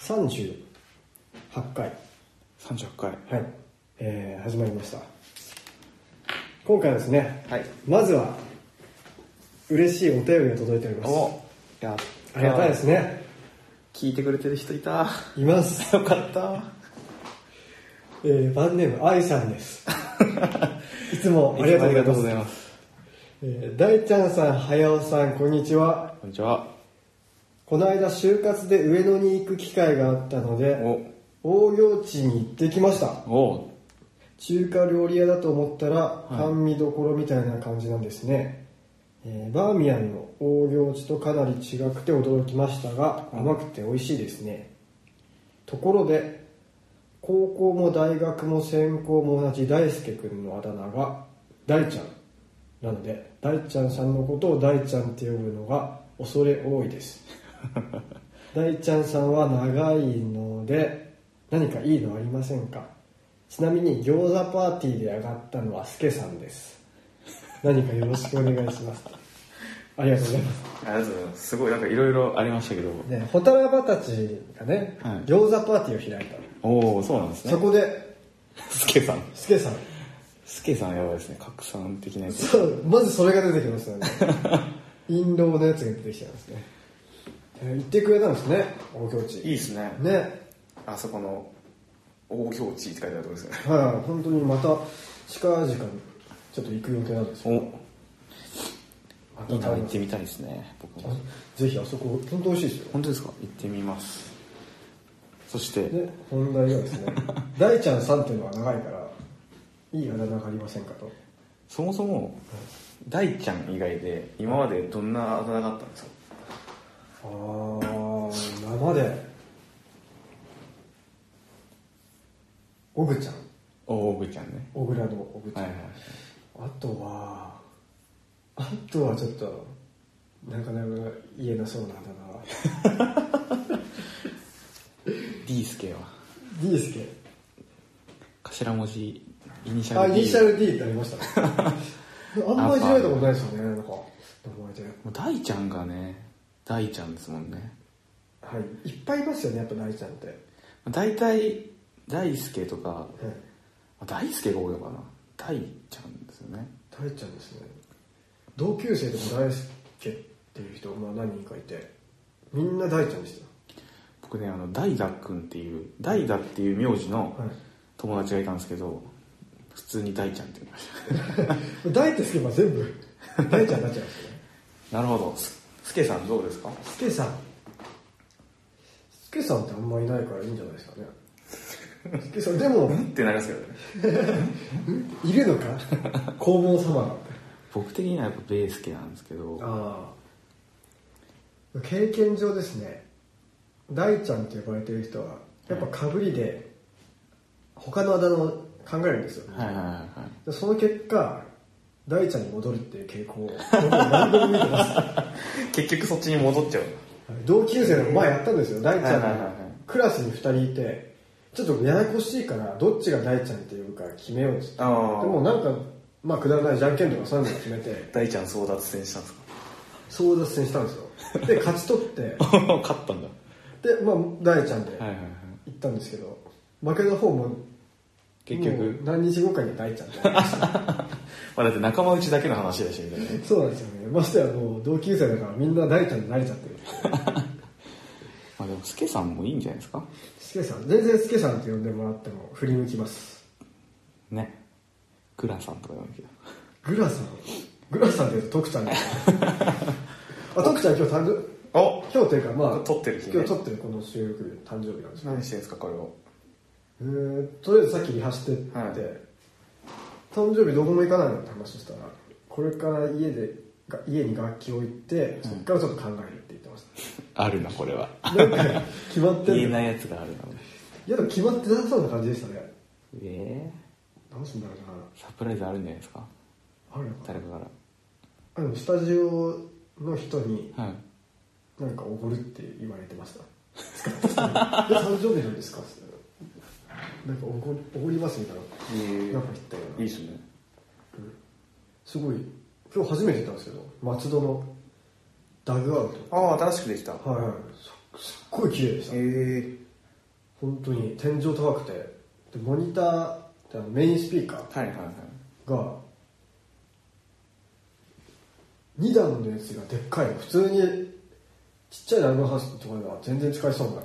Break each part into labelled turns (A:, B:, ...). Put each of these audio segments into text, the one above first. A: 38回、
B: 38回
A: はいえー、始まりました今回はですね、
B: はい
A: まずは嬉しいお便りが届いております
B: おやっ
A: ありがたいですね
B: 聞いてくれてる人いた
A: い ます
B: よかった
A: えー、バンネーム愛さんです いつもありがとうございます
B: います
A: えー大ちゃんさん早尾さんこんにちは
B: こんにちは
A: この間就活で上野に行く機会があったので
B: お
A: 大行地に行ってきました
B: お
A: 中華料理屋だと思ったら甘味どころみたいな感じなんですね、えーバーミヤンの大行地とかなり違くて驚きましたが
B: うん
A: 甘くて美味しいですねところで高校も大学も専攻も同じ大輔君のあだ名が大ちゃんなので大ちゃんさんのことを大ちゃんって呼ぶのが恐れ多いです大ちゃんさんは長いので何かいいのありませんかちなみに餃子パーティーで上がったのはスケさんです何かよろしくお願いしますありがとうございます
B: ありがとうございますすごいなんかいろいろありましたけど
A: ねホタラバたちがね、
B: はい
A: 餃子パーティーを開いたの
B: おおそうなんです
A: そ
B: ね
A: こで
B: スケさん
A: スケさん
B: スケさんやばいですね拡散的なやつ
A: そうまずそれが出てきましたよね陰謀のやつが出てきちゃいますねえー言ってくれたんですね大境地
B: いいですね
A: ね
B: あそこの大行地って書いてあるとこですね
A: はい本当にまた近々ちょっと行く予定なんですよ
B: お
A: ま
B: いいな
A: た
B: 行ってみたいですね僕も
A: ぜひあそこ本当美味しいですよ
B: 本当ですか行ってみますそして
A: で本題が ですね大ちゃんさんっていうのは長いからいいあだ名がありませんかと
B: そもそも大ちゃん以外で今までどんなあだ名があったんですか
A: あー今まで小グちゃん
B: 大奥ちゃんね
A: 小倉の小グちゃ
B: は
A: ん、
B: いはい
A: あとはあとはちょっとなかなか言えなそうなんだな
B: D スケは
A: D すけ
B: 頭文字イニシャ
A: あ
B: ル
A: イ
B: D
A: ニシャル D ってありましたね あんまりいじられたことないですよねなんか名前で
B: もう大ちゃんがね大ちゃんですもんね
A: はいいっぱいいますよねやっぱ大ちゃんって、はい
B: 大体大輔とか大輔が多いのかな大ちゃんですよね
A: 大ちゃんですね同級生でも大輔っていう人、まあ、何人かいてみんな大ちゃんでし
B: 僕ねあの大田君っていう大田っていう名字
A: た、
B: の
A: はい、
B: 友達がいたんですけど普通に大ちゃんって言いました
A: 大ってつけば全部大ちゃんになっちゃいますよね
B: なるほどすすけさんどうですか
A: スケさんスケさんってあんまいないからいいんじゃないですかねスケさんでも
B: ってなりますけどね
A: いるのか 黄門様が
B: 僕的にはやっぱベースケなんですけど
A: ああ経験上ですね大ちゃんって呼ばれてる人はやっぱかぶりで他のあだ名を考えるんですよ、
B: はいはいはいはい
A: でその結果大ちゃんに戻るっていう傾向を僕は何度も見てます はい
B: 結局そっちに戻っちゃう
A: 同級生の前やったんですよ大ちゃん
B: はいはいはいは
A: が
B: い
A: クラスに2人いてちょっとややこしいからどっちが大ちゃんっていうか決めようとしてで
B: あー
A: もなんかまあくだらないじゃんけんとかそういうの決め て
B: 大ちゃん争奪戦したんですか
A: 争奪戦したんですよで勝ち取って
B: 勝ったんだ
A: で、まあ、大ちゃんで
B: は
A: 行
B: いはいはい
A: ったんですけど、負けた方も
B: 結
A: もう
B: 局、
A: 何日後かには大ちゃんで
B: まあ、だって仲間内だけの話だしみたいなね
A: そうなんですよねましてやもう同級生だからみんな大ちゃんに慣れちゃってる
B: まあでもスケさんもいいんじゃないですか
A: スケさん全然スケさんって呼んでもらっても振り向きます
B: ねグラさんとかでもいいけど
A: グラさんグラさんって言うと徳ちゃん ですあ徳ちゃん今日誕生
B: お
A: 今日というかまあ
B: 撮ってる日ね
A: 今日撮ってるこの収録日誕生日なんですよ
B: 何してんですかこれを
A: えー、とりあえずさっきリハしてって、
B: はい
A: 誕生日どこも行かないのって話したらこれから家でが家に楽器を置いてそっからちょっと考えるって言ってまし
B: あるなこれ は
A: た、なんか決まって
B: 言え
A: るい
B: ないやつがあるな
A: やでも決まってなさそうな感じでしたね
B: え
A: どうすんだろ
B: ー、サプライズあるんじゃないですか
A: うなあるのかな
B: 誰かか
A: あでもスタジオの人に
B: らはい
A: なんかおごるって言われてました使った人にで誕生日なんですかってなんかおごおごりますみたい
B: いい
A: ななんか言ったような
B: っすね
A: すごい今日初めて行ったんですけど松戸のダグアウト
B: ああ新しくできた
A: はいはいすすっごい綺麗でした
B: え
A: 本当に天井高くてでモニターってあのメインスピーカ
B: はいはいはい
A: ーが2段のやつがでっかいの普通にちっちゃいライブハウスとかでは全然使えそうな
B: へ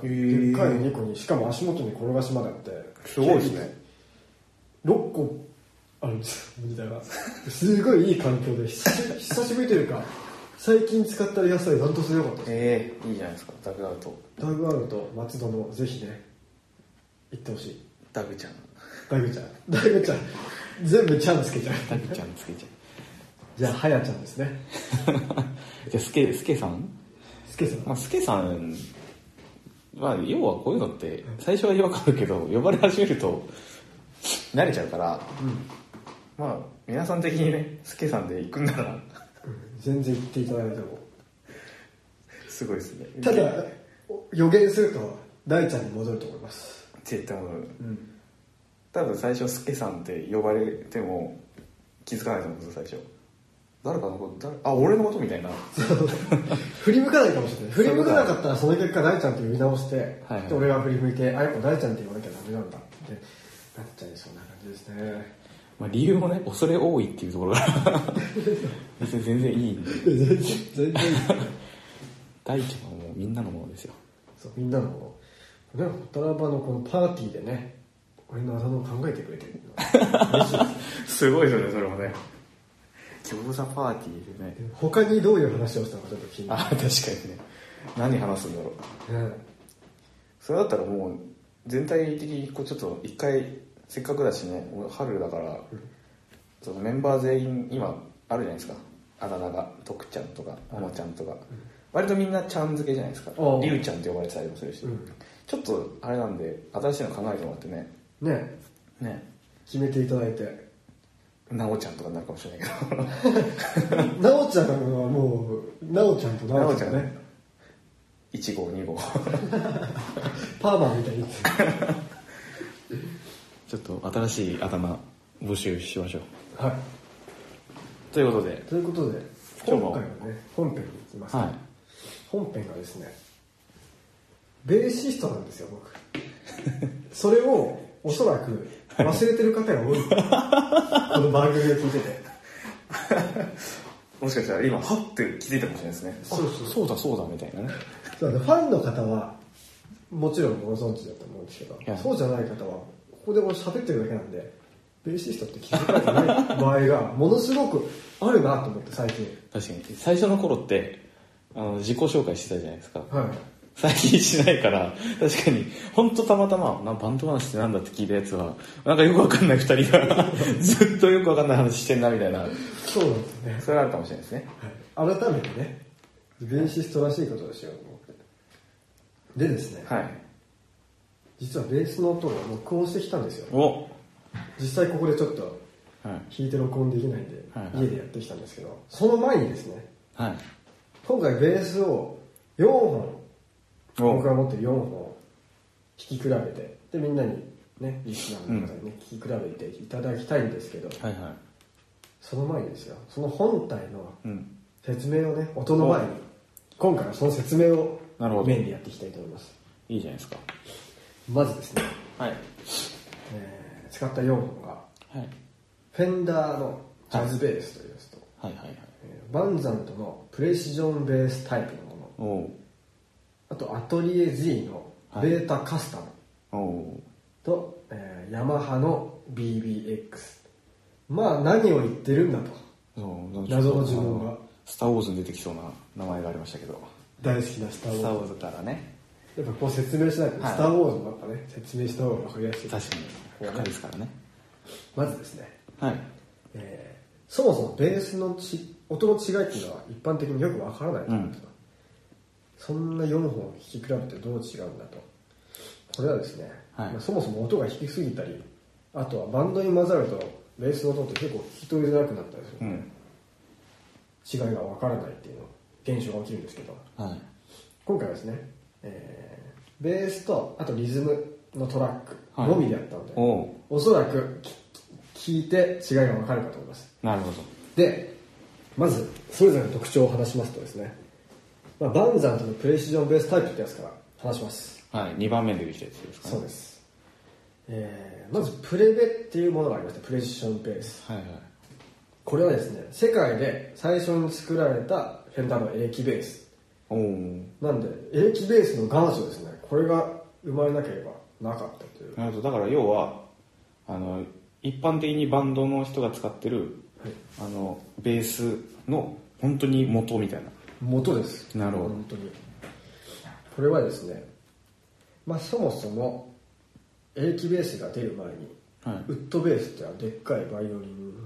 A: で
B: ー
A: っかいの2個にしかも足元に転がしまであって
B: すごいですね
A: 6個あるんですよモニターがすごいいい環境で久し久しぶりというか最近使った野菜ダントツでよかったです
B: ええいいじゃないですかダグアウト
A: ダグアウト松戸のぜひね行ってほしい
B: ダグちゃん
A: ダグちゃんダグちゃん全部ちゃんつけちゃう
B: ダグちゃんつけちゃ
A: じゃあはやちゃんですね
B: う じゃあスケスケさん
A: すけさん
B: まあ、スケさん、まあ、要はこういうのって、最初は違和感あるけど、呼ばれ始めると、慣れちゃうから、まあ、皆さん的にね、スケさんで行くんなら、
A: うん全然言っていただいても
B: すごいですね。
A: ただ、予言すると大ちゃんに戻ると思います
B: 絶対戻る。
A: うん
B: 多分最初、スケさんって呼ばれても、気づかないと思うんですよ、最初。誰かのこと、誰あ、俺のことみたいな。
A: 振り向かないかもしれない振り向かなかったらその結果大ちゃんって呼び直して、
B: はいはい
A: で俺が振り向いてあやっぱ大ちゃんって言わなきゃダメなんだってなっちゃいそうな感じですね
B: まあ、理由もね、恐れ多いっていうところが、 別に全然いいんで。
A: 全然全然
B: 大ちゃんはもうみんなのものですよ。
A: そうみんなのこのねホタラバのこのパーティーでね俺のあだ名を考えてくれてるの嬉しいです
B: すごいですよね、それもね。餃子パーティーでね。
A: 他にどういう話をしたのかちょっと気にな
B: あ、確かにね。何話すんだろう。
A: る、ね
B: それだったらもう、全体的にこうちょっと一回、せっかくだしね、俺春だから、そのメンバー全員、今、あるじゃないですか。あだ名が、徳ちゃんとか、おもちゃんとか。割とみんなちゃん付けじゃないですか
A: ああ。
B: りゅうちゃんって呼ばれてたりもするし。
A: うん
B: ちょっと、あれなんで、新しいの考えてもらってね。
A: ね
B: ね。
A: 決めていただいて
B: なおちゃんとかになるかもしれないけど。
A: なおちゃんはもうなおちゃんとな
B: な
A: お
B: お
A: ち
B: ち
A: ゃ
B: ゃ
A: ん
B: ん
A: ね
B: ね。1号、2号。
A: パーマみたいに
B: ちょっと新しい頭募集しましょう。
A: は
B: ということで
A: い、ということで
B: 今
A: 今回
B: 日も
A: はね本編に行きます、
B: は
A: 本編がですねベーシストなんですよ僕 それをおそらく忘れてる方が 多いこの番組を聞いてて
B: い。もしかしたら今、はって気づいたかもしれないですね。
A: そうそう
B: あそうだそうだみたいなね。
A: そうだねファンの方はもちろんご存知だと思うんですけど、
B: はい
A: そうじゃない方はここで俺喋ってるだけなんでベーシストって気づかれてない場合がものすごくあるなと思って最近
B: 確かに。最初の頃って、あの、自己紹介してたじゃないですか。
A: はい
B: 最近しないから、確かに、ほんとたまたま、なバンド話ってなんだって聞いたやつは、なんかよくわかんない二人 が、ずっとよくわかんない話してんなみたいな。
A: そうなんですね、
B: それはあるかもしれないですね。
A: はい、改めてねベーシストらしいことをしようと思ってでですね、
B: はい。
A: 実はベースの音を録音してきたんですよ
B: おはい。
A: 実際ここでちょっと弾いて録音できないんで、
B: はいはい
A: 家でやってきたんですけどその前にですね
B: はい。
A: 今回ベースを4本
B: お
A: 僕が持ってる4本を弾き比べてでみんなにねリスナーの方にね、聴き比べていただきたいんですけど
B: はいは
A: その前にですよその本体の
B: い。うん。
A: 説明をね音の前に今回はその説明を
B: なるほど
A: メインでやっていきたいと思います
B: いいじゃないですか。
A: まずですね、
B: はい。
A: えー使った4本が
B: はい。
A: フェンダーのジャズベースというやつと、
B: はいはいはい。
A: えーバンザントのプレシジョンベースタイプのもの
B: おお
A: あとアトリエ G のベータカスタム
B: おお
A: と、えーヤマハの BBX まあ何を言ってるんだと
B: そう
A: 謎の呪文が
B: スター・ウォーズに出てきそうな名前がありましたけど。
A: 大好きなスター・ウォー
B: ズからね。
A: ズやっぱこう説明しないと、
B: はい
A: スター・ウォーズもやっぱね説明した方が分かりやすい
B: 確かに。高いですからね。
A: まずですね、
B: はい。
A: えーそもそもベースのち音の違いっていうのは一般的によくわからないと思うんですよ、そんな4本弾き比べてどう違うんだとこれはですね、
B: はい
A: まあそもそも音が低すぎたりあとはバンドに混ざるとベースの音って結構聞き取りづらくなったりする、
B: うん。
A: 違いがわからないっていうの現象が起きるんですけど
B: はい。
A: 今回はですね、えーベースとあとリズムのトラックのみでやったので、
B: おお
A: おそらく聞聞いて違いがわかるかと思います
B: なるほど。
A: でまずそれぞれの特徴を話しますとですね、まあ、バンザンとのプレシジョンベースタイプってやつから話します。
B: はい、2番目に出てきたやつですかね。
A: そうです。えーまずプレベっていうものがありました。プレジションベース。
B: はいはい。
A: これはですね、世界で最初に作られたフェンダーのエレキベース。
B: おー
A: なんで、エレキベースの元祖ですね。これが生まれなければなかったという。
B: なるほど、だから要は、あの、一般的にバンドの人が使ってる、
A: はい
B: あの、ベースの本当に元みたいな。
A: 元です
B: なるほど
A: 本当にこれはですねまあそもそもエレキベースが出る前に
B: はい
A: ウ。ッドベースってあのでっかいバイオリ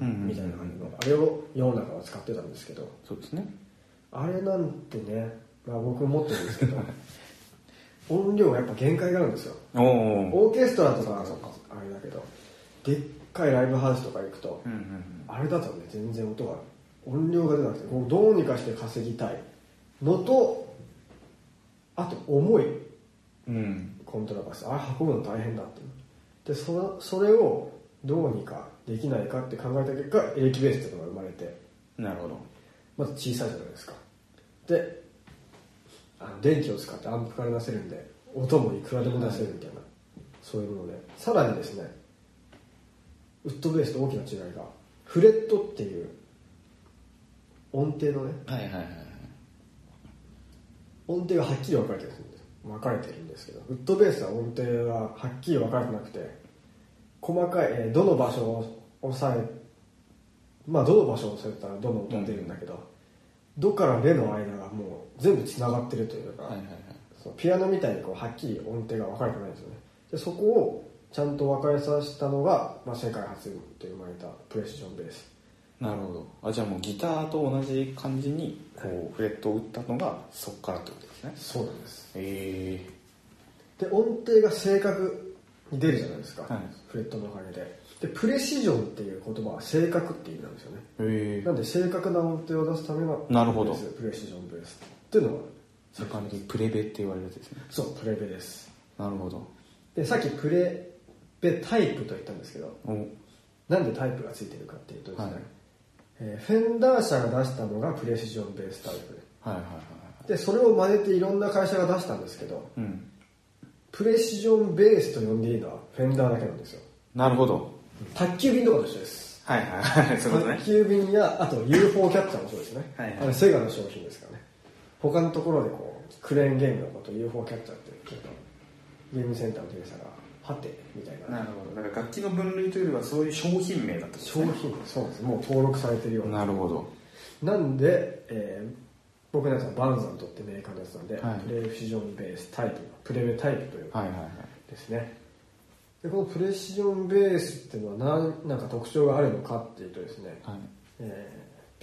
A: ンみたいな感じのあれを世の中は使ってたんですけど
B: そうですね。
A: あれなんてね、まあ、僕持ってるんですけど音量がやっぱ限界があるんですよ
B: おお。
A: オーケストラとかはあれだけどでっかいライブハウスとか行くと
B: うんうん
A: あれだとね全然音が音量が出なくてこうどうにかして稼ぎたいのとあと重い
B: うん。うん。
A: コントラバスあれ運ぶの大変だっていうでそそれをどうにかできないかって考えた結果エレキベースっていうのが生まれて
B: なるほど。
A: まず小さいじゃないですかであの電気を使ってアンプから出せるんで音もいくらでも出せるみたいな、そういうものでさらにですねウッドベースと大きな違いがフレットっていう音程のね
B: はいはいはいはい。
A: 音程がはっきり分かれてるんです分かれてるんですけどウッドベースは音程がはっきり分かれてなくて細かい、えーどの場所を押さえまあどの場所を押さえたらどの音が出るんだけど、どから目の間がもう全部つながってるというか、
B: はいはいはい。
A: そのピアノみたいにこうはっきり音程が分かれてないんですよねでそこをちゃんと分かれさせたのが、まあ、世界初と生まれたプレッションベース
B: なるほど。あ、じゃあもうギターと同じ感じに、こ
A: は
B: う、フレットを打ったのが、そっからってことですね。
A: そうなんです
B: え
A: で音程が正確に出るじゃないですか、
B: はい
A: フレットのおかげででプレシジョンっていう言葉は正確って意味なんですよね
B: ええ
A: なんで正確な音程を出すための
B: なるほど
A: ベースプレシジョンベースっていうのが
B: 一般的にプレベって言われるやつですね。
A: そうプレベです
B: なるほど。
A: でさっきプレベタイプと言ったんですけど
B: お
A: なんでタイプがついてるかっていうとですね、
B: はい
A: えーフェンダー社が出したのがプレシジョンベースタイプ
B: はいはいはいは
A: ででそれを真似ていろんな会社が出したんですけど
B: い。うん。
A: プレシジョンベースと呼んでいいのはフェンダーだけなんですよ
B: なるほど。
A: 宅急便とかと一緒です
B: はいはいはい。そういうことね
A: 宅。急便やあと UFO キャッチャーもそうですね、
B: はいはい
A: あれセガの商品ですからね他のところでこうクレーンゲームのこと UFO キャッチャーってちょっとゲームセンターの店員さんが「はて」みたいな
B: なるほど。だから楽器の分類というよりはそういう商品名だった
A: 商品そうなんですもう登録されてるような
B: なるほど。
A: なんで、えー僕のやつはバンザントってメーカーのやつなんで、
B: はい
A: プレシジョンベースタイププレベタイプという
B: はいはいはい。
A: ですね、でこのプレシジョンベースっていうのは何なんか特徴があるのかっていうとですね、
B: はい。
A: え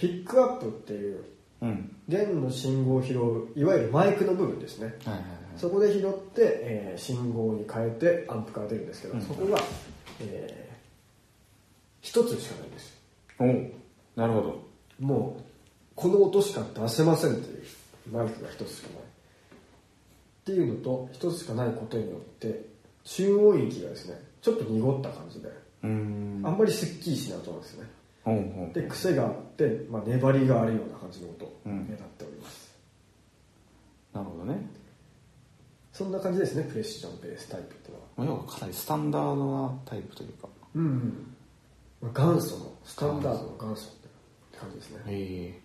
A: ーピックアップっていう
B: うん。
A: 弦の信号を拾ういわゆるマイクの部分ですね
B: はいはいはい。
A: そこで拾って、えー信号に変えてアンプから出るんですけど、
B: うん
A: そこが、えー一つしかないんです
B: おなるほど。
A: もうこの音しか出せませんっていうマイクが一つしかないっていうのと一つしかないことによって中音域がですねちょっと濁った感じで
B: うーん
A: あんまりすっきりしない音なんですね
B: おうおう
A: で癖があって、まあ、粘りがあるような感じの音
B: う
A: に
B: ん
A: なっております、
B: なるほどね。
A: そんな感じですねプレシジョンベースタイプっていうのは
B: まあ要はかなりスタンダードなタイプというか。
A: うん、うん、元祖のスタンダードの元祖って感じですね
B: ええ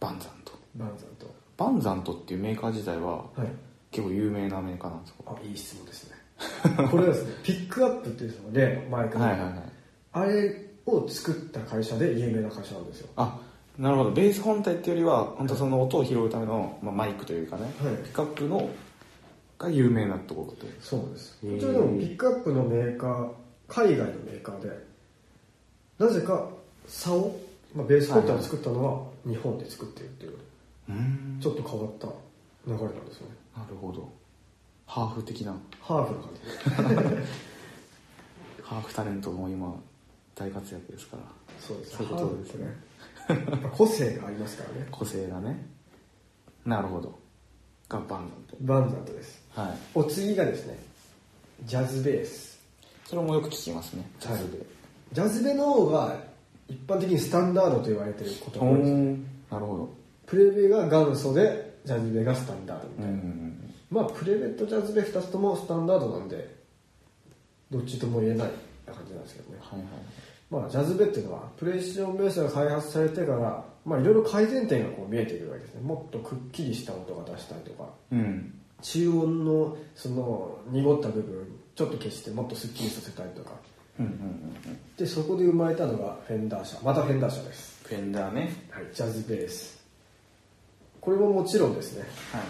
B: バンザント。
A: バンザンと
B: バンザントっていうメーカー自体は
A: はい
B: 結構有名なメーカーなんですか
A: あいい質問ですねこれはです ねピックアップっていうその例のマイクの、
B: はいはいはい。
A: あれを作った会社で有名な会社なんですよ
B: あなるほどベース本体っていうよりは本当その音を拾うための、まあ、マイクというかね、
A: はい
B: ピックアップのが有名なところってこと
A: そうなんです
B: へー
A: 一応でもピックアップのメーカー海外のメーカーでなぜかサオ、まあ、ベースコンタを作ったのは日本で作ってるっていう
B: うーん
A: ちょっと変わった流れなんですよね
B: なるほどハーフ的な
A: ハーフな感じ
B: ハーフタレントも今大活躍ですから
A: そうです
B: そういうことですね
A: ハーフってねやっぱ個性がありますからね
B: 個性がねなるほどがバンザン
A: バンザントです
B: トはい
A: お次がですねジャズベース
B: それもよく聞きますねジャズ
A: は
B: で
A: い、ジャズベの方が一般的にスタンダードと言われてることが
B: お
A: 多いです
B: ーなるほど
A: プレベが元祖でジャズベがスタンダードみた
B: うんう
A: い
B: んう
A: な、
B: ん
A: まあプレベットジャズで2つともスタンダードなんでどっちとも言えないな感じなんですけどね
B: はいはい
A: まあジャズベっていうのはプレイシジョンベースが開発されてからまあいろいろ改善点がこう見えてくるわけですねもっとくっきりした音が出したりとか
B: うん
A: 中音のその濁った部分ちょっと消してもっとすっきりさせたりとか
B: うんうんうんうん
A: でそこで生まれたのがフェンダー社またフェンダー社です、
B: フェンダーね
A: はい、ジャズベースこれももちろんですね
B: はい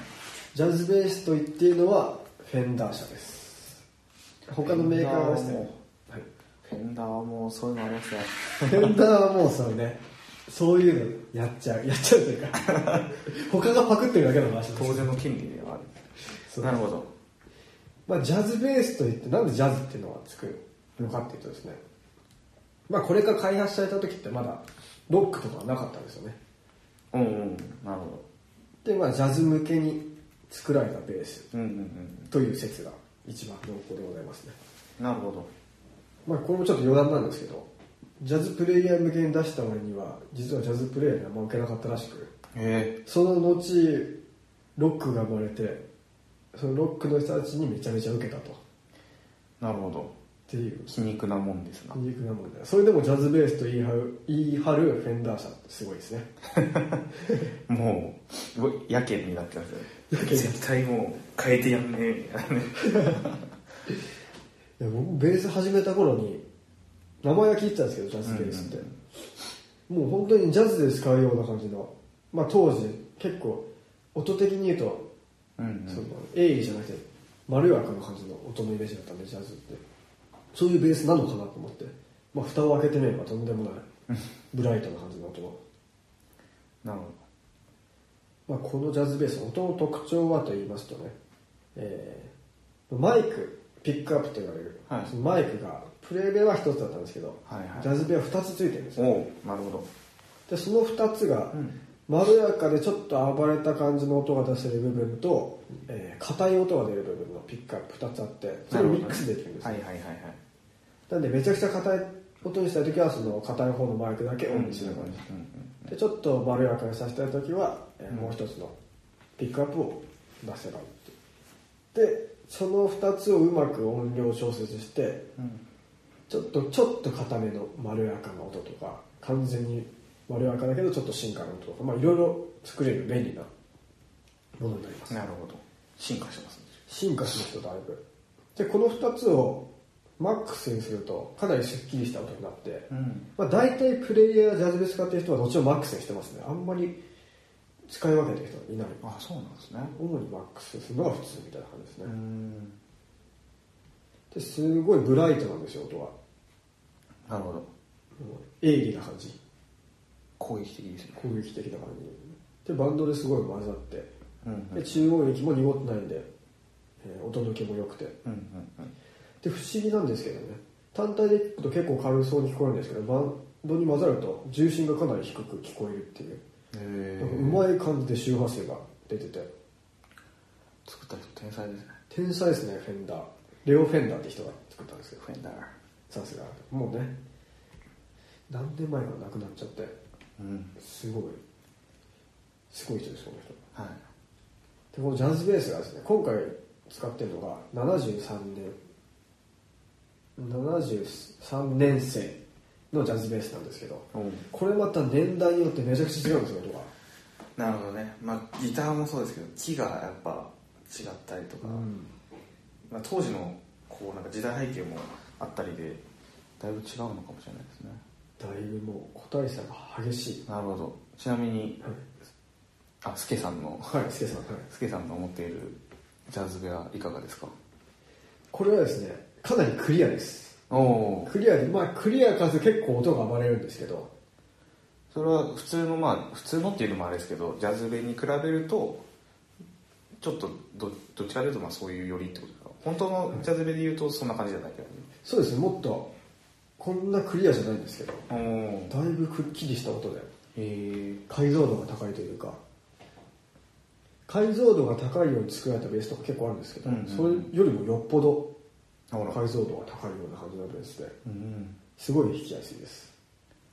A: ジャズベースと言っていいのはフェンダー社です他のメーカーはですねはい
B: フェンダーはもうそういうのありますね
A: フェンダーはもうそのねそういうのやっちゃうやっちゃうという か他がパクってるだけの話です
B: 当然の権利ではあ
A: そ
B: る
A: う
B: なるほど
A: まあ、ジャズベースといってなんでジャズっていうのがつくのかっていうとですね、まあ、これが開発された時ってまだロックとかはなかったんですよね
B: うんうんなるほ
A: でまあジャズ向けに作られたベース
B: どうんうんうん
A: という説が一番濃厚でございますね
B: なるほど
A: まあこれもちょっと余談なんですけどジャズプレイヤー向けに出した割には実はジャズプレイヤーにあんま受けなかったらしく
B: へ
A: その後ロックが生まれてそのロックの人たちにめちゃめちゃ受けたとっ
B: えなるほど
A: ていう
B: 皮肉なもんですな
A: 皮肉なもんだよそれでもジャズベースと言い張る言い張るフェンダー社ってすごいですね
B: もうすごいやけになってますよね
A: やけに
B: 絶対もう変えてやんねえみたいなね
A: いや僕ベース始めた頃に名前は聞いてたんですけどジャズベースって、
B: うん
A: もう本当にジャズで使うような感じの、まあ、当時結構音的に言うと、
B: うんう
A: その
B: ん
A: 鋭意じゃなくてまろやかな感じの音のイメージだったんでジャズってそういうベースなのかなと思って、まあ、蓋を開けてみればとんでも ないブライトな感じの音の
B: なるほ
A: まあ、このジャズベースの音の特徴はと言いますとね、えーマイクピックアップと言われる、
B: はい
A: そのマイクがプレーベは1つだったんですけど、
B: はいはい
A: ジャズベは2つついてるんです
B: ど
A: よ
B: おうなるほど
A: でその2つが
B: うん
A: まろやかでちょっと暴れた感じの音が出せる部分と硬、えー硬い音が出る部分のピックアップ2つあってそれをミックスできるんですよ
B: はいはいはいはい
A: なんでめちゃくちゃ硬い音にしたい時はその硬い方のマイクだけオンにする感じ、
B: うんうん
A: でちょっとまろやかにさせたい時は、えー
B: うん
A: もう一つのピックアップを出せばいいっていうでその2つをうまく音量調節して
B: うん
A: ちょっとちょっと硬めのまろやかな音とか完全にまろやかだけどちょっと進化の音とかまあいろいろ作れる便利なものになります
B: なるほど進化してますね
A: 進化しましただいぶでこの2つをマックスにするとかなりすっきりした音になって、
B: うん
A: まあ、大体プレイヤージャズベース使ってる人はどっちもマックスにしてますねあんまり使い分けてる人はいない
B: あそうなんですね
A: 主にマックスするのが普通みたいな感じですね、
B: ん
A: ですごいブライトなんですよ音は
B: なるほど
A: もう鋭利な感じ
B: 攻撃的ですね
A: 攻撃的な感じでバンドですごい混ざって
B: うん
A: で中音域も濁ってないんで、えー音抜けも良くて
B: うんうんうん
A: で不思議なんですけどね単体で聞くと結構軽そうに聞こえるんですけどバンドに混ざると重心がかなり低く聞こえるっていう
B: へ
A: なんか
B: え
A: うまい感じで周波数が出てて
B: 作った人天才ですね
A: 天才ですねフェンダーレオ・フェンダーって人が作ったんですけど
B: フェンダー
A: さすがもうね何年前か亡くなっちゃって
B: うん
A: すごいすごい人ですこの人
B: はい
A: でこのジャズベースがですね今回使ってるのが73年73年生のジャズベースなんですけど
B: お
A: これまた年代によってめちゃくちゃ違うんですよ音が
B: なるほどねまあギターもそうですけど木がやっぱ違ったりとか、まあ、当時のこうなんか時代背景もあったりでだいぶ違うのかもしれないですね
A: だいぶもう個体差が激しい
B: なるほどちなみに
A: はい
B: あスケさんの
A: はいスケさんはい
B: スケさんが持っているジャズ部はいかがですか
A: これはですねかなりクリアです
B: おおー
A: クリアで、まあクリアかつ結構音が暴れるんですけど、
B: それは普通のまあ普通のっていうのもあれですけどジャズ部に比べるとちょっとどどっちかというとまあそういうよりってことですか本当のジャズ部で言うとそんな感じじゃないけど
A: そうですね、もっと、こんなクリアじゃないんですけど、
B: おお
A: だいぶくっきりした音で、
B: へえ
A: 解像度が高いというか、解像度が高いように作られたベースとか結構あるんですけど、
B: うんうん
A: それよりもよっぽど
B: ほら
A: 解像度が高いような感じのベースで、
B: うん
A: すごい弾きやすいです。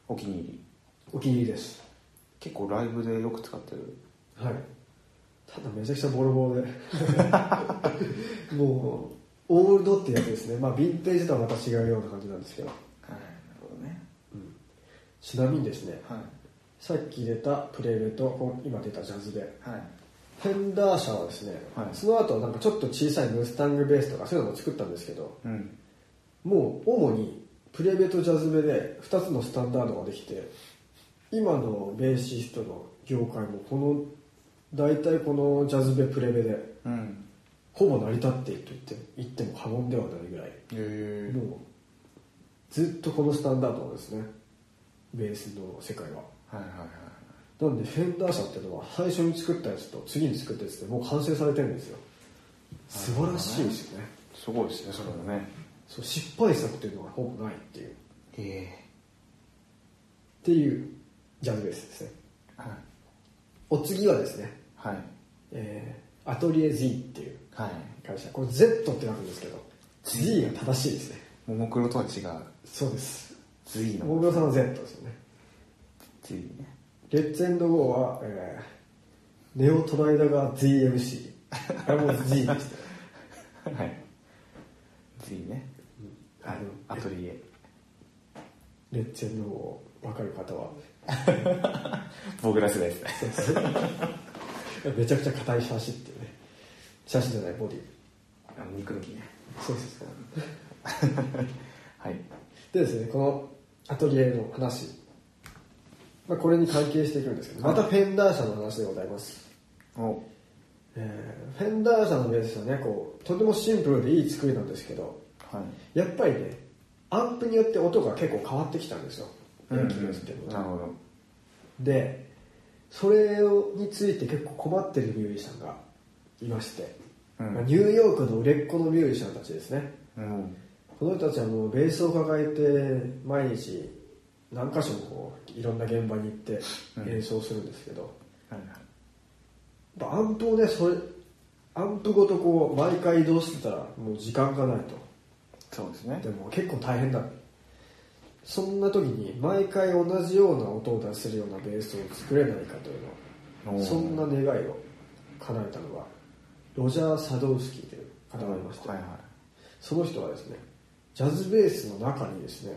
B: お気に入り
A: お気に入りです。
B: 結構ライブでよく使ってる
A: はい。ただめちゃくちゃボロボロ でもうオールドってやつですねまあヴィンテージとはまた違うような感じなんですけど、
B: はいなるほどね
A: うんちなみにですね
B: はい
A: さっき出たプレールとこう今出たジャズで
B: はい
A: フェンダー社はですね、
B: はい
A: その後なんかちょっと小さいムスタングベースとかそういうのも作ったんですけど
B: うん
A: もう主にプレベとジャズベで2つのスタンダードができて今のベーシストの業界もこの大体このジャズベプレベで
B: うん
A: ほぼ成り立っていると言って言っても過言ではないぐらい
B: へえ
A: もうずっとこのスタンダードなんですねベースの世界は
B: はいはいはい
A: なんでフェンダー社っていうのは最初に作ったやつと次に作ったやつでもう完成されてるんですよ素晴らしいですよね
B: すごいですねそれもね
A: そう失敗作というのがほぼないっていう
B: へ
A: っていうジャズベースですね
B: えはい
A: お次はですね、
B: はい
A: えーアトリエ Z っていう
B: はい
A: 会社これ Z ってなるんですけど Z が正しいですね
B: ももクロとは違う
A: そうです
B: ズイ
A: 大
B: の
A: 黒さんは Z ですよね
B: ズイね
A: レッツエンドゴーは、えーネオトライダが ZMC あれも Z でした
B: はいズイね
A: あ
B: アトリエ
A: レッツエンドゴー分かる方は
B: 僕ら世代ですね
A: めちゃくちゃ硬いシャシっていうねシャシじゃないボディ
B: あの肉抜きね
A: そうそうそう
B: はい
A: でですねこのアトリエの話、まあ、これに関係していくんですけどまたフェンダー社の話でございます、
B: お
A: えーフェンダー社のベースはねこうとてもシンプルでいい作りなんですけど
B: はい
A: やっぱりねアンプによって音が結構変わってきたんですよ電気ベースっていうの
B: な
A: は
B: るほど
A: でそれについて結構困ってるミュージシャンがいまして、
B: うん
A: まあニューヨークの売れっ子のミュージシャンたちですね
B: うん
A: この人たちはもうベースを抱えて毎日何箇所もこういろんな現場に行って
B: うん
A: 演奏するんですけど、
B: はいはい
A: やっぱアンプをねそれアンプごとこう毎回移動してたらもう時間がないと
B: そうですね
A: でも結構大変だそんな時に毎回同じような音を出せるようなベースを作れないかという
B: お
A: の
B: ー
A: そんな願いを叶えたのはロジャー・サドウスキーという方がいまして、
B: はいはい
A: その人はですねジャズベースの中にですね、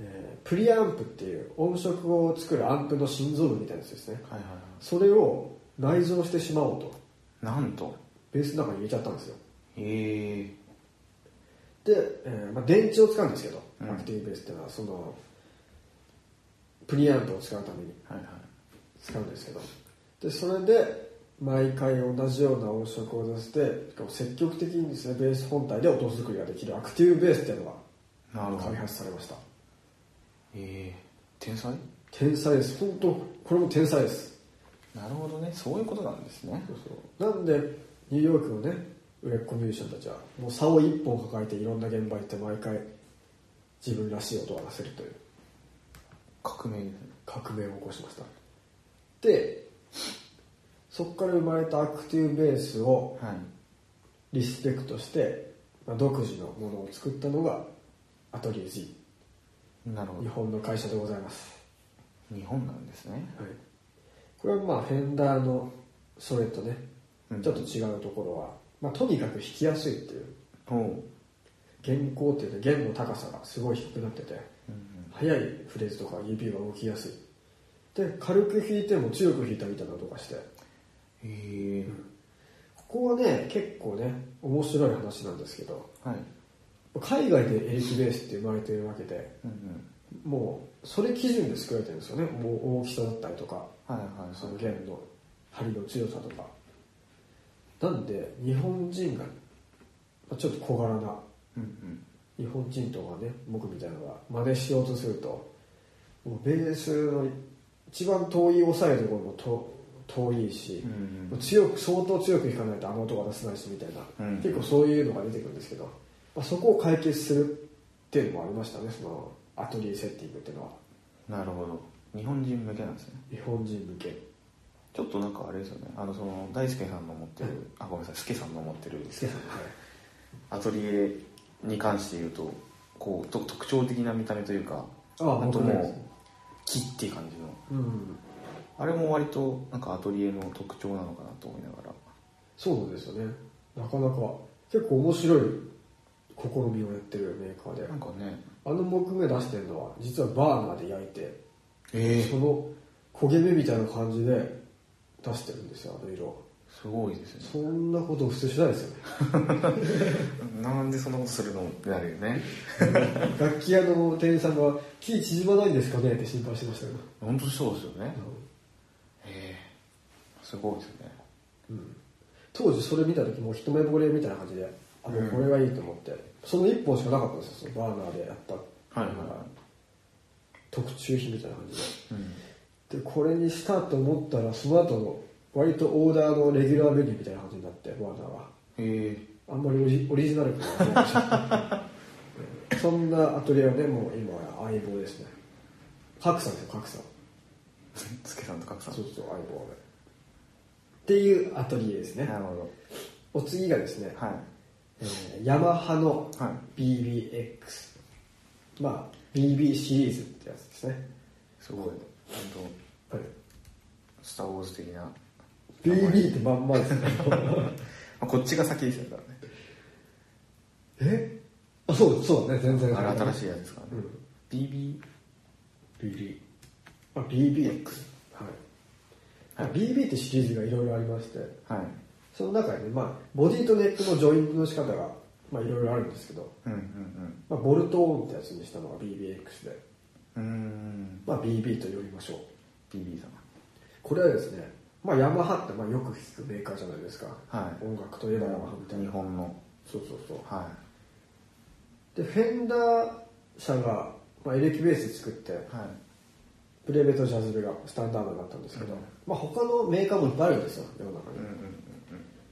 A: えープリアンプっていう音色を作るアンプの心臓部みたいなやつですね
B: はいはいは
A: それを内蔵してしまおうと
B: いなんと
A: ベースの中に入れちゃったんですよ
B: へえ
A: で、えーまあ、電池を使うんですけど、
B: うん
A: アクティブベースっていうのはそのプリアンプを使うために
B: はいはい
A: 使うんですけどでそれで毎回同じような音色を出してこう積極的にですねベース本体で音作りができるアクティブベースっていうの
B: なる
A: が
B: ほど
A: 開
B: へ
A: 発されました
B: え天才
A: 天才です本当これも天才です
B: なるほどねそういうことなんですね
A: なんでニューヨークのね売れっ子ミュージシャンたちはもう竿を一本抱えていろんな現場行って毎回自分らしい音を出せるという
B: 革命ですね
A: 革命を起こしましたでそこから生まれたアクティブベースを
B: はい
A: リスペクトして、まあ、独自のものを作ったのがアトリエ G
B: なるほ
A: 日
B: ど
A: 本の会社でございます、
B: 日本なんですね
A: はい、これはまあフェンダーのそれとね
B: うん
A: ちょっと違うところは、まあ、とにかく弾きやすいっていう
B: おう
A: 弦高っていうね弦の高さがすごい低くなってて
B: うん
A: 速いフレーズとか指が動きやすいで軽く弾いても強く弾いたみたいなのとかして
B: うんへえ
A: ここはね結構ね面白い話なんですけど
B: はい
A: 海外でエレキベースって生まれてるわけで
B: うんうん
A: もうそれ基準で作られてるんですよねもう大きさだったりとか
B: はいはい
A: そ
B: そ
A: の
B: う
A: 弦の針の強さとかなんで日本人がまあちょっと小柄な
B: うんうん
A: 日本人とかね僕みたいなのが真似しようとするともうベースの一番遠い押さえるところもと遠いし、
B: うんうん
A: 強く相当強く弾かないとあの音が出せないしみたいな、
B: うん
A: 結構そういうのが出てくるんですけど、まあ、そこを解決するっていうのもありましたねそのアトリエセッティングっていうのは
B: なるほど日本人向けなんですね
A: 日本人向け
B: ちょっとなんかあれですよねあのその大輔さんの持ってる、あごめんなさい助さんの持ってる
A: スケ さんはい
B: アトリエに関して言うとこうと特徴的な見た目というか
A: ああ
B: と
A: 本当
B: も
A: です
B: う
A: ね
B: 木っていう感じの
A: うん
B: あれも割となんかアトリエの特徴なのかなと思いながら
A: そうですよねなかなか結構面白い試みをやってるメーカーで
B: なんかね
A: あの木目出してるのは実はバーナーで焼いて
B: え
A: その焦げ目みたいな感じで出してるんですよあの色
B: すごいですね
A: そんなこと普通しないですよね
B: なんでそんなことするのってなるよね
A: 楽器屋の店員さんが「木縮まないんですかね?」って心配してましたけど
B: 本当そうですよねええすごいですね
A: うん当時それ見た時もう一目惚れみたいな感じであもうこれがいいと思って、その1本しかなかったんですよそのバーナーでやった、
B: はいは
A: 特注品みたいな感じ
B: うん
A: ででこれにしたと思ったらその後の割とオーダーのレギュラーメニューみたいな感じになってバーナーは
B: ええ
A: あんまりオリオリジナル感がないそんなアトリエはねもう今は相棒ですね格差ですよ格差
B: つけさんと角さん
A: そうそう相棒はねっていうアトリエですね、
B: なるほど
A: お次がですね、
B: はい
A: えーヤマハの
B: は
A: BBX、まあ BB シリーズってやつですね、
B: すごい本
A: はい、
B: 当スター・ウォーズ的な、ま
A: BB ってまんまですね
B: あ、こっちが先でしたからね
A: えあそうそうだね全然
B: あれ新しいやつですからね、
A: うん
B: BB
A: BB あ BBX はい、
B: はい
A: BB ってシリーズがいろいろありまして
B: はい
A: その中にね、まあ、ボディとネックのジョイントの仕方がまあいろいろあるんですけど、
B: うんうん
A: まあ、ボルトオンってやつにしたのが BBX で、
B: うんうーん
A: まあ、BB と呼びましょう
B: BB さん
A: これはですね、まあ、ヤマハってまあよく聞くメーカーじゃないですか、
B: はい
A: 音楽といえばヤマハみたい
B: 日
A: な
B: 本の
A: そうそうそう
B: は
A: でフェンダー社が、まあ、エレキベース作って
B: いはい
A: プレイベートジャズベがスタンダードになったんですけど、
B: うん
A: まあ、他のメーカーもいっぱいあるんですよ世の中に、
B: うんうん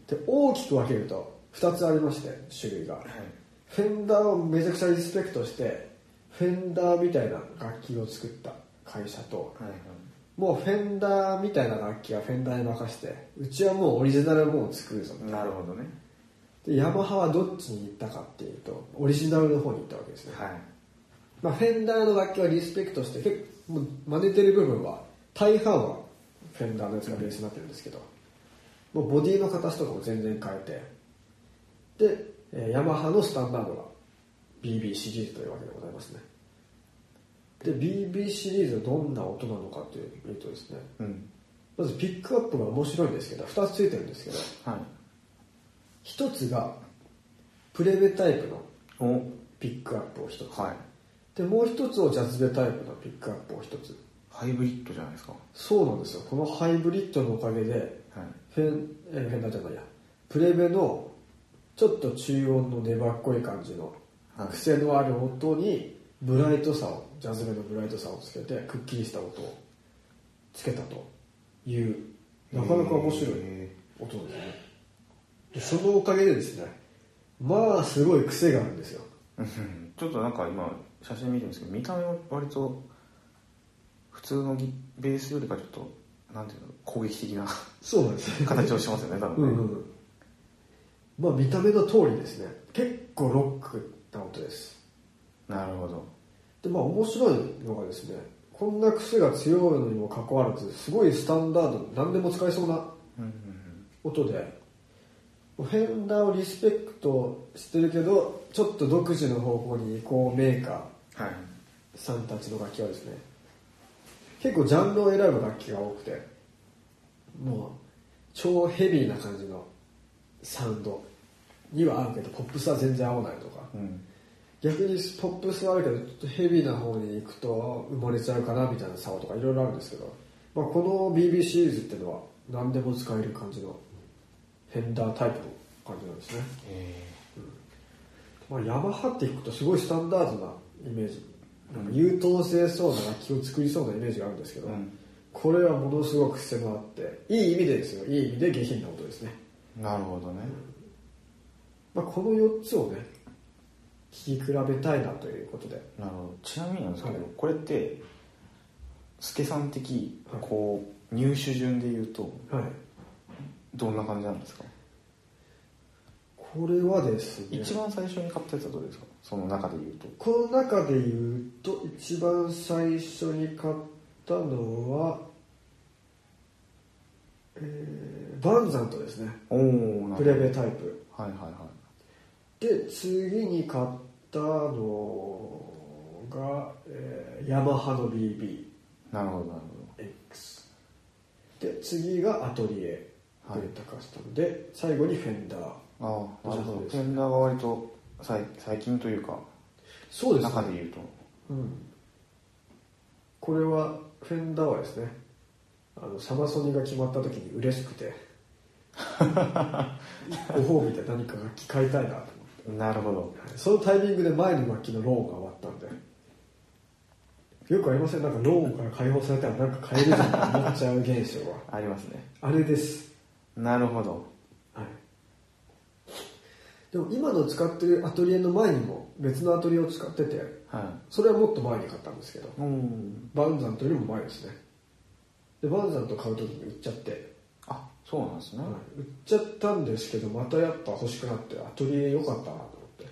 A: で大きく分けると2つありまして種類が、フェンダーをめちゃくちゃリスペクトしてフェンダーみたいな楽器を作った会社と、
B: はいはい
A: もうフェンダーみたいな楽器はフェンダーに任せてうちはもうオリジナルものを作るぞ
B: なるほどね
A: でヤマハはどっちに行ったかっていうとオリジナルの方に行ったわけですね、
B: はい
A: まあ、フェンダーの楽器はリスペクトして結構もう真似てる部分は大半はフェンダーのやつがベースになってるんですけど、もうボディの形とかも全然変えてでえーヤマハのスタンダードが BB シリーズというわけでございますねで BB シリーズはどんな音なのかというとですね
B: うん
A: まずピックアップが面白いんですけど2つついてるんですけど
B: はい
A: 一つがプレベタイプの
B: お
A: ピックアップを一つ、
B: はい
A: でもう一つをジャズベタイプのピックアップを一つ
B: ハイブリッドじゃないですかは
A: そうなんですよこのハイブリッドのおかげで
B: い
A: フェンえーフェンダーじゃないやプレベのちょっと中音の粘っこい感じの
B: はい
A: 癖のある音にブライトさをジャズベのブライトさをつけてくっきりした音をつけたというなかなか面白い
B: へ
A: 音ですねでそのおかげでですねまあすごい癖があるんですよ
B: ーちょっとなんか今写真見てるんですけど見た目は割と普通のギベースよりかちょっとなんていうの攻撃的な
A: そうなんですよ
B: 形をしてますよね多
A: うんう
B: 分ね
A: んうんまあ見た目の通りですね結構ロックな音です
B: なるほど
A: でまあ面白いのがですねこんな癖が強いのにもかかわらずすごいスタンダード何でも使えそうな
B: うんうん
A: 音でフェンダーをリスペクトしてるけどちょっと独自の方向にこうメーカー
B: うんはい
A: さんたちの楽器はですね結構ジャンルを選ぶ楽器が多くてもう超ヘビーな感じのサウンドにはあるけどポップスは全然合わないとか
B: うん
A: 逆にポップスはあるけどちょっとヘビーな方に行くと埋もれちゃうかなみたいな差とかいろいろあるんですけど、まあ、この BB シリーズっていうのは何でも使える感じのフェンダータイプの感じなんですね、
B: え
A: まあ、ヤマハって弾くとすごいスタンダードなイメージなんか優等生そうな楽器を作りそうなイメージがあるんですけ
B: え
A: ど、これはものすごく癖もあっていい意味でですよいい意味で下品な音ですね、
B: なるほどね
A: まあ、この4つをね聴き比べたいなということで
B: なるほどちなみになんですけど、
A: はい
B: これって助さん的
A: はい
B: こう入手順で言うと
A: はい
B: どんな感じなんですか、
A: これはですね
B: 一番最初に買ったやつはどれですかその中で言うと
A: この中で言うと一番最初に買ったのはえーバンザントですね
B: おおな
A: プレベタイプ
B: はいはいは
A: で次に買ったのが、えーヤマハの
B: いなるほどなる
A: BBX で次がアトリエ
B: はい
A: レンタカスタムで、最後にフェンダー
B: ほどああなる
A: そ
B: ほ
A: う
B: ど
A: です
B: フェンダーが割と最最近というか
A: そうです
B: 中で言うと
A: うん、これはフェンダーはですねあのサマソニが決まった時に嬉しく てご褒美で何か楽器買いたいなと思って
B: なるほど
A: そのタイミングで前の楽器のローンが終わったんでよくありませんなんかローンから解放されたらなんか買えるじゃんって思っちゃう現象は
B: ありますね
A: あれです
B: なるほど
A: はいでも今の使ってるアトリエの前にも別のアトリエを使ってて
B: は
A: それはもっと前に買ったんですけど
B: いうん
A: バンザントよりも前ですねでバンザント買う時に売っちゃって、
B: あそうなんですね
A: 売っちゃったんですけどまたやっぱ欲しくなってアトリエ良かったなと思って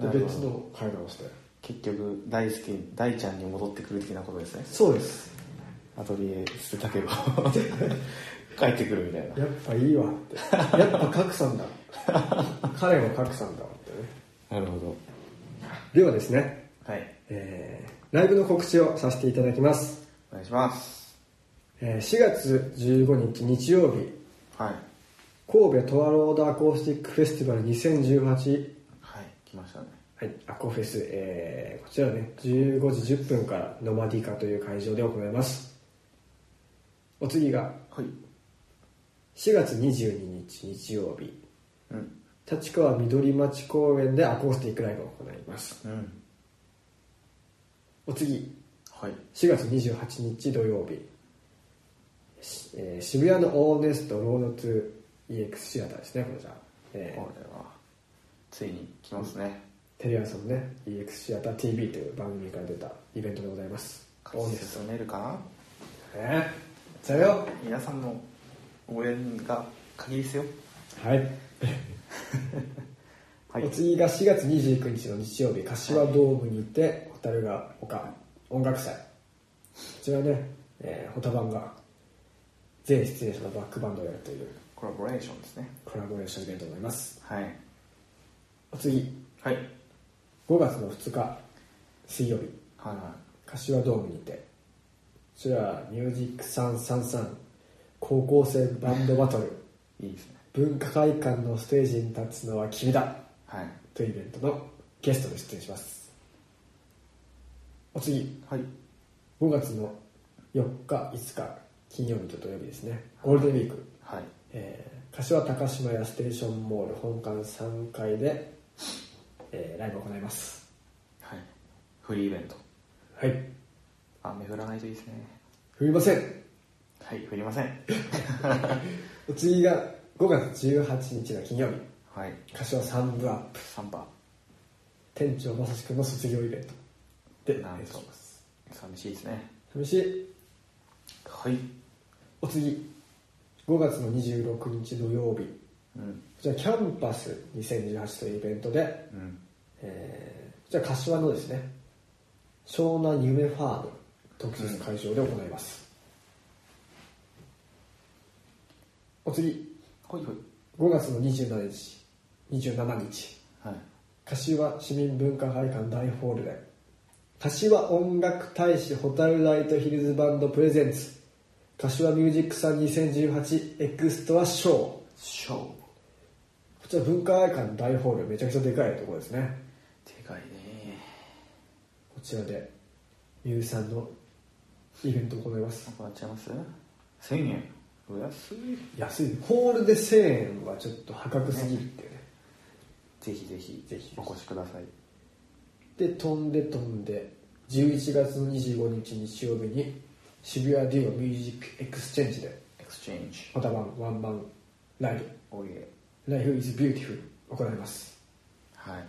A: で
B: なる
A: 別
B: ほど
A: の買い直して
B: 結局大好き大ちゃんに戻ってくる的なことですね
A: そうです
B: アトリエ捨てたけど 帰ってくるみたいな
A: やっぱいいわってやっぱ格さんだ彼は格さんだわってね
B: なるほど
A: ではですね、
B: はい
A: えーライブの告知をさせていただきます、
B: お願いします
A: えー4月15日日曜日
B: はい
A: 神戸トアロードアコースティックフェスティバル2018
B: はい来ましたね
A: はい、アコフェス、えーこちらね、15時10分からノマディカという会場で行います。お次が、
B: はい
A: 4月22日日曜日、
B: うん
A: 立川緑町公園でアコースティックライブを行います。
B: うん
A: お次、
B: はい
A: 4月28日土曜日、しえー渋谷のオーネストロードトゥ EX シアターですね、こちら。えー
B: これはついに来ますね
A: テレ朝のね、EX シアター TV という番組から出たイベントでございます。オーネスト。
B: 進めるかな
A: えー、じゃあよ
B: 皆さんの応援が限りですよ
A: はい。
B: はい
A: お次が4月29日の日曜日、柏ドームにて、ホタルが丘音楽祭。こちらね、えーホタバンが、全出演者のバックバンドをやるという
B: コラボレーションですね
A: コラボレーションイベントになります。
B: はい
A: お次、
B: はい
A: 5月の2日、水曜日、
B: はいは
A: 柏ドームにて、こちらはミュージック333、高校生バンドバトル、
B: いいいですね
A: 文化会館のステージに立つのは君だ。
B: はい
A: というイベントのゲストで出演しますお次
B: はい
A: 5月の4日5日金曜日と土曜日ですねゴールデンウィーク、
B: はい
A: えー柏高島屋ステーションモール本館3階で、えーライブを行います
B: はいフリーイベント
A: はい
B: 雨降らないといいですね
A: 踏みません
B: はい降りません
A: お次が5月18日の金曜日
B: はい
A: 柏サンブアップ
B: サンバ
A: 店長まさしくんの卒業イベントで
B: なんと
A: 演奏します
B: 寂しいですね
A: 寂しい
B: はい
A: お次5月の26日土曜日
B: うん
A: じゃあキャンパス2018というイベントで、
B: うん
A: えー、じゃあ柏のですね湘南夢ファーム特設会場で行います、お次
B: ほいほい
A: 5月の27日27日
B: はい
A: 柏市民文化会館大ホールで柏音楽大使ホタルライトヒルズバンドプレゼンツ柏ミュージックさん2018エクストアショー
B: ショー
A: こちら文化会館大ホールめちゃくちゃでかいところですね
B: でかいね
A: こちらでミュウさんのイベントを行います
B: なくなっちゃいます1000円お安い
A: 安いホールで1000円はちょっと破格すぎるっていうね
B: ぜひぜひ
A: ぜひ
B: お越しください
A: で飛んで飛んで11月の25日日曜日に渋谷デュオミュージックエクスチェンジで
B: エクスチェンジ
A: またワンワンマンライ
B: おいえ
A: ブ「Life is Beautiful」行います
B: はい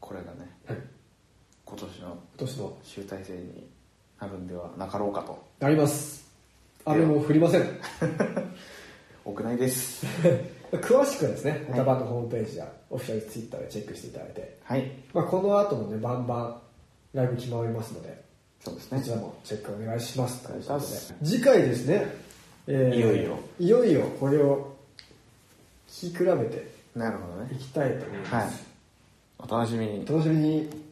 B: これがね
A: はい今
B: 今年の
A: 年の
B: 集大成になるんではなかろうかと
A: なります雨も降りません
B: 屋内です
A: 詳しくはですね歌番のホームページやオフィシャルツイッターでチェックしていただいて
B: はい
A: まあ、この後もね、バンバンライブ決まりますので、
B: そうです
A: こ
B: ね
A: ちらもチェックお願いします。
B: お願いします
A: 次回ですね、え
B: いよいよ。
A: いよいよこれを聞き比べて
B: なるほど
A: い
B: ね
A: きたいと思い
B: は
A: ま
B: い
A: す。
B: お楽しみに
A: 楽しみに。